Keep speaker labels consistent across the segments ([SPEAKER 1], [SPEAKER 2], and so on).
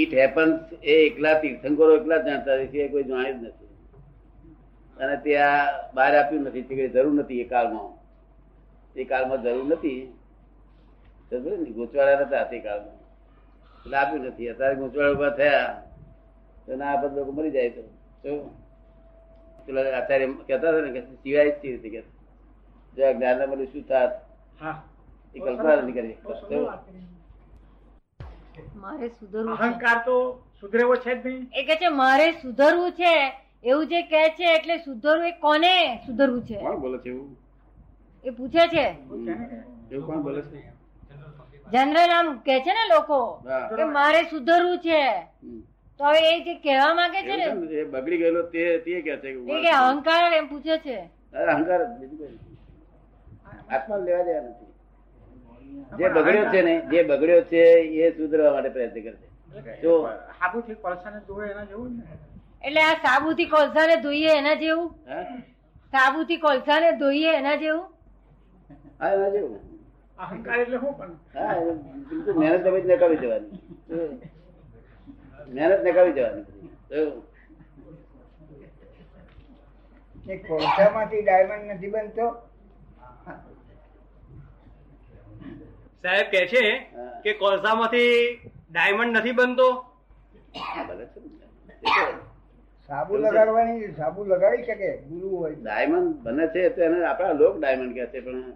[SPEAKER 1] It happens એ એકલા તીર્થંકરો એકલા જ જાણતા હોય છે કોઈ જાણે જ નથી અને તે આ બહાર આપ્યું નથી તે કઈ જરૂર નથી એ કાળમાં તે કાળમાં જરૂર નથી સમજો ને ગૂંચવાળા નતા તે કાળમાં એટલે આપ્યું નથી અત્યારે ગૂંચવાળા ઉભા થયા તો ના બધા લોકો મરી જાય તો શું પેલા આચાર્ય કહેતા હતા ને કે સિવાય જ તે રીતે કે જો આ જ્ઞાન મળ્યું શું થાત
[SPEAKER 2] હા
[SPEAKER 1] એ કલ્પના નથી કરી
[SPEAKER 2] બહુ
[SPEAKER 1] તો
[SPEAKER 2] સરળ વાત કરી.
[SPEAKER 3] મારે સુધરવું છે
[SPEAKER 2] અહંકાર તો સુધરેવો છે જ નહીં
[SPEAKER 3] એ કે છે મારે સુધરવું છે એવું જે કહે છે એટલે સુધરવું એ કોને સુધરવું છે
[SPEAKER 1] કોણ બોલે છે એવું
[SPEAKER 3] એ પૂછે છે
[SPEAKER 1] એવું કોણ બોલે છે
[SPEAKER 3] જનરલ આમ કે છે ને લોકો
[SPEAKER 1] હા.
[SPEAKER 3] કે મારે સુધરવું છે
[SPEAKER 1] હમ.
[SPEAKER 3] તો હવે એ જે કહેવા માંગે છે ને
[SPEAKER 1] એવું છે ને, જે બગડી ગયેલો તે તે કે છે
[SPEAKER 3] એ કે અહંકાર એમ પૂછે છે
[SPEAKER 1] અરે અહંકાર જ, બીજું કઈ નથી. આત્મા લેવા દેવા નથી જે બગડ્યો છે ને જે બગડ્યો છે એ સુધરવા માટે પ્રયત્ન કરશે જો.
[SPEAKER 2] હાબુથી કોલસાને જોવે એના જેવું જ ને
[SPEAKER 3] એટલે આ સાબુથી કોલસાને ધોઈએ એના જેવું
[SPEAKER 1] હા
[SPEAKER 3] સાબુથી કોલસાને ધોઈએ એના જેવું
[SPEAKER 1] હા એના જેવું
[SPEAKER 2] અહંકાર એટલે શું પણ
[SPEAKER 1] હા એ બિલકુલ મહેનત તમે જ નકામી જવાની મહેનત નકામી જવાની એવું.
[SPEAKER 4] એ કોલસામાંથી ડાયમંડ નથી બનતો
[SPEAKER 5] સાહેબ કે છે
[SPEAKER 1] હા.
[SPEAKER 5] કે કોલસામાંથી ડાયમંડ નથી બનતો
[SPEAKER 1] આ બધા છે ને. એ તો
[SPEAKER 4] સાબુ લગાડવાની સાબુ લગાડી શકે ગુરુ હોય તો.
[SPEAKER 1] ડાયમંડ બને છે તો એને આપણા લોક ડાયમંડ કહે છે પણ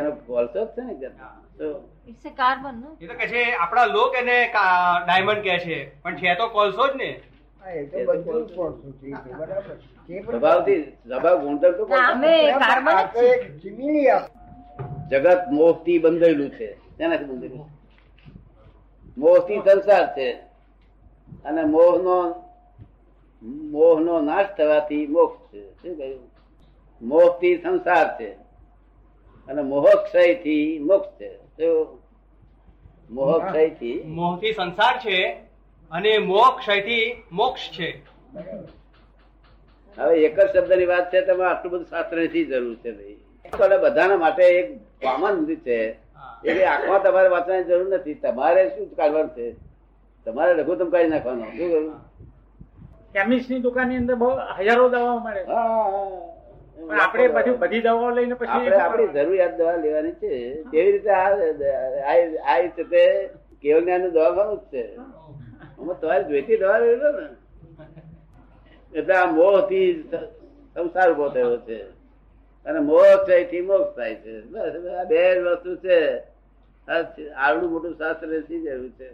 [SPEAKER 1] એનો કોલસો જ છે ને કે તો
[SPEAKER 3] ઇટ્સ અ કાર્બન નો
[SPEAKER 5] એ તો કે છે આપણા લોક એને કા- ડાયમંડ કે છે પણ છે તો કોલસો જ ને
[SPEAKER 4] હા, એ તો
[SPEAKER 1] એ તો
[SPEAKER 4] બધું જ કોલસું છે, એ તો બરાબર છે. એ પણ-
[SPEAKER 1] સ્વભાવથી સ્વભાવ ગુણધર્મ તો કોલસો
[SPEAKER 3] અમે
[SPEAKER 4] પણ
[SPEAKER 3] કાર્બન
[SPEAKER 4] આ
[SPEAKER 3] જ
[SPEAKER 4] તો
[SPEAKER 3] છે.
[SPEAKER 4] એક ચીમીની આપ-
[SPEAKER 1] જગત મોહ થી બંધાયેલું છે તેનાથી બંધાયેલું છે? મોહથી સંસાર છે અને મોહનો મોહનો નાશ થવાથી મોક્ષ છે શું કહ્યું મોહથી સંસાર છે અને મોહક્ષયથી મોક્ષ છે શું? મોહક્ષયથી
[SPEAKER 5] મોહથી સંસાર છે અને મોક્ષ ક્ષયથી મોક્ષ છે
[SPEAKER 1] હવે એક જ શબ્દની વાત છે તમે આટલું બધું શાસ્ત્ર શી જરૂર છે ભાઈ એટલે બધાના માટે એક કોમન છે
[SPEAKER 5] હા.
[SPEAKER 1] એટલે આંખમાં તમારે વાંચવાની જરૂર નથી તમારે શું કાઢવાનું છે તમારે લઘુત્તમ કાઢી નાખવાનો શું કરું
[SPEAKER 2] કેમિસ્ટ ની દુકાનની અંદર બહુ હજારો દવાઓ મળે છે. પણ આપણે બધું બધી દવાઓ લઈને પછી
[SPEAKER 1] આપણે આપણી જરૂરિયાત દવા લેવાની છે તેવી રીતે આ આ- આ રીતે તે કેવલ જ્ઞાનનું દવાખાનું જ છે આમાં તમારે જોઈતી દવા લઈ લો ને એટલે આ મોહથી સંસાર ઉભો થયો છે અને મોહ થાય થી મોક્ષ થાય છે બસ આ બે જ વસ્તુ છે આ આવડું મોટું શાસ્ત્ર શી જરૂર છે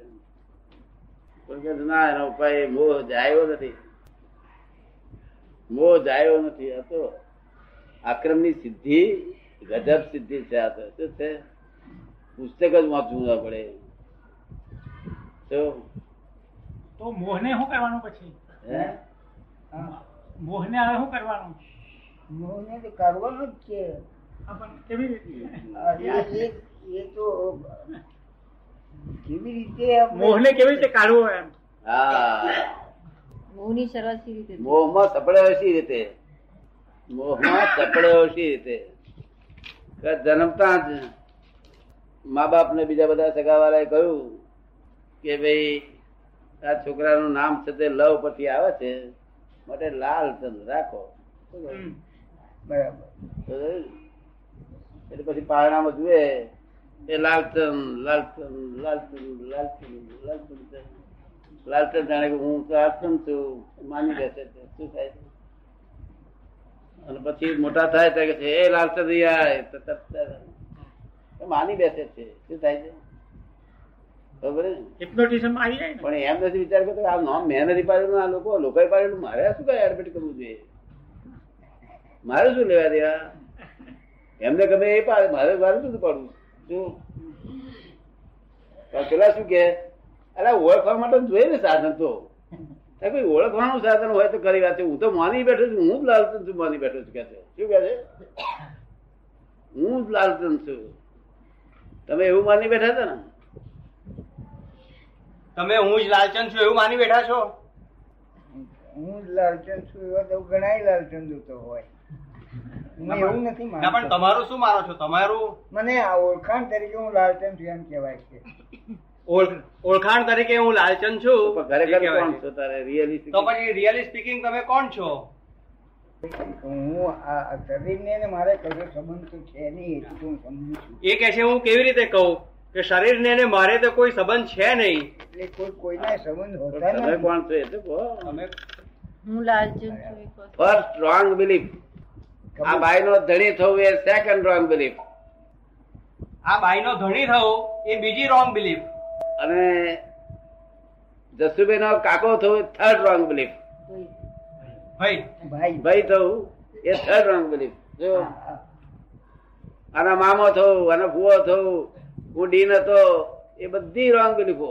[SPEAKER 1] પણ કે ના એનો ઉપાય મોહ જાયો નથી મોહ જાયો નથી આ તો આક્રમની સિદ્ધિ ગજબ સિદ્ધિ છે આ તો શું છે પુસ્તક જ વાંચવું ના પડે તો
[SPEAKER 2] તો મોહને શું કરવાનું પછી
[SPEAKER 1] હે
[SPEAKER 4] હા.
[SPEAKER 2] મોહને હવે શું કરવાનું
[SPEAKER 4] મોહને તો કરવાનું જ છે
[SPEAKER 2] આ પણ કેવી રીતે
[SPEAKER 4] આ એ- એ- એ તો કેવી રીતે આપણે-
[SPEAKER 2] મોહને કેવી રીતે કાઢવો એમ
[SPEAKER 1] હા
[SPEAKER 3] મોહની શરૂઆત સી રીતે થઈ?
[SPEAKER 1] મોહમાં સપડાયો શી રીતે મોહમાં સપડાયો શી રીતે કે જન્મતા જ મા બાપને બીજા બધા સગાવાળાએ કહ્યું કે ભાઈ આ છોકરાનું નામ છે તે લવ પરથી આવે છે માટે લાલચંદ રાખો
[SPEAKER 2] હમ.
[SPEAKER 4] બરાબર
[SPEAKER 1] તો એટલે પછી પારણામાં જુએ એ લાલચંદ લાલચંદ લાલચંદ લાલચંદ લાલચંદ લાલચંદ જાણે કે હું તો લાલચંદ છું માની બેસે છે શું થાય છે? અને પછી મોટા થાય ત્યારે કે છે એ લાલચંદ યાર એ તો તરત જ માની બેસે છે શું થાય છે ખબર છે ને?
[SPEAKER 2] હિપ્નોટિઝમ આવી જાય ને
[SPEAKER 1] પણ એમ નથી વિચાર કરતો કે આ નામ મેં નથી પાડેલું આ લોકો લોકોએ પાડેલું મારે આ શું કઈ એડમિટ કરવું જોઈએ મારે શું લેવા દેવા એમને ગમે એ પાડે મારે મારે શું પાડવું શું પણ પેલા શું કે અરે આ ઓળખવા માટે જોઈએ ને સાધન તો આ કોઈ ઓળખવાનું સાધન હોય તો ખરી વાત છે હું તો માની બેઠો છું હું જ લાલચંદ છું માની બેઠો છું કે છે શું કહે છે હું જ લાલચંદ છું તમે એવું માની બેઠા હતા ને
[SPEAKER 5] તમે હું જ લાલચંદ છું એવું માની બેઠા છો
[SPEAKER 4] હું જ લાલચંદ છું એવા તો ઘણાય લાલચંદો તો હોય હું
[SPEAKER 5] ના
[SPEAKER 4] એવું નથી
[SPEAKER 5] પણ ના પણ
[SPEAKER 4] માનતો
[SPEAKER 5] તમારું શું માનો છો તમારું
[SPEAKER 4] મને આ ઓળખાણ તરીકે હું લાલચંદ છું એમ કહેવાય છે
[SPEAKER 5] ઓળ- ઓળખાણ તરીકે હું લાલચંદ છું
[SPEAKER 1] પણ ખરેખર
[SPEAKER 5] એ કહેવાય
[SPEAKER 1] કોણ
[SPEAKER 5] છે.
[SPEAKER 1] છો તારે રિયલિસ્ટિક
[SPEAKER 5] તો પછી રિયલી સ્પીકિંગ તમે કોણ છો
[SPEAKER 4] હું આ આ શરીરને ને મારે કશો સંબંધ તો છે નહીં એટલું તો હું સમજુ છું
[SPEAKER 5] એ કહે છે હું કેવી રીતે કહું કે શરીરને અને મારે તો કોઈ સંબંધ છે નહીં
[SPEAKER 4] એટલે કોઈ કોઈના સંબંધ હોતા
[SPEAKER 1] તમે
[SPEAKER 4] નથી
[SPEAKER 1] કોણ છો એ તો
[SPEAKER 5] તમે
[SPEAKER 3] હું લાલચંદ છું એ કહું.
[SPEAKER 1] ફર્સ્ટ રોંગ બિલીફ આ ભાઈ નો ધણી થવું એ સેકન્ડ રોંગ બિલીફ
[SPEAKER 5] આ બાઈનો ધણી થવું એ બીજી રોંગ બિલીફ
[SPEAKER 1] અને જસુભાઈ નો કાકો થવું થર્ડ રોંગ બિલીફ
[SPEAKER 5] ભાઈ
[SPEAKER 4] ભાઈ
[SPEAKER 1] ભાઈ થવું એ થર્ડ રોંગ બિલીફ જો
[SPEAKER 4] હા, હા.
[SPEAKER 1] આના મામો થવું આનો ફુવો થવું હું ડીન હતો એ બધી રોંગ બિલીફો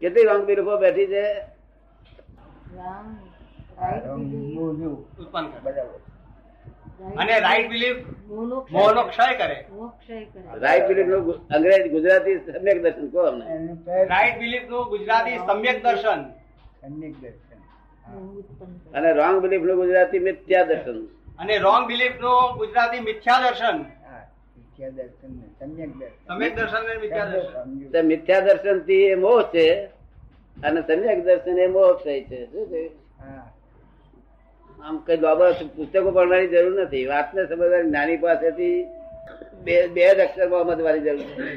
[SPEAKER 1] કેટલી રોંગ બિલીફો બેઠી છે
[SPEAKER 3] રામ
[SPEAKER 4] આ રંગ મોજો.
[SPEAKER 5] ઉત્પન્ન કરે
[SPEAKER 4] બરાબર
[SPEAKER 5] અને રાઈટ બિલીફ
[SPEAKER 3] મોહનો ક્ષય-
[SPEAKER 5] મોહનો ક્ષય કરે
[SPEAKER 3] મોહ ક્ષય કરે
[SPEAKER 1] રાઈટ બિલીફ નું ગુ- અંગ્રેજી ગુજરાતી સમ્યક દર્શન કહો અમને
[SPEAKER 4] અને પહેલ
[SPEAKER 5] રાઈટ બિલીફ નું ગુજરાતી સમ્યક દર્શન
[SPEAKER 4] સમ્યક દર્શન હા.
[SPEAKER 3] મોહ ઉત્પન્ન કરે
[SPEAKER 1] અને રોંગ બિલીફ નું ગુજરાતી મિથ્યા દર્શન
[SPEAKER 5] અને રોંગ બિલીફ નું ગુજરાતી મિથ્યા દર્શન
[SPEAKER 4] હા મિથ્યા દર્શન ને સમ્યક દર્શન
[SPEAKER 5] સમ્યક દર્શન અને મિથ્યા
[SPEAKER 4] શબ્દ
[SPEAKER 5] દર્શન
[SPEAKER 4] સમજુ.
[SPEAKER 1] તે મિથ્યા દર્શન થી એ મોહ છે અને સમ્યક દર્શન એ મોહ થાય છે શું છે
[SPEAKER 4] હા
[SPEAKER 1] આમ કઈ બાબા પુસ્તકો ભણવાની જરૂર નથી વાતને સમજવાની નાની પાસેથી બે બે જ અક્ષરમાં સમજવાની જરૂર છે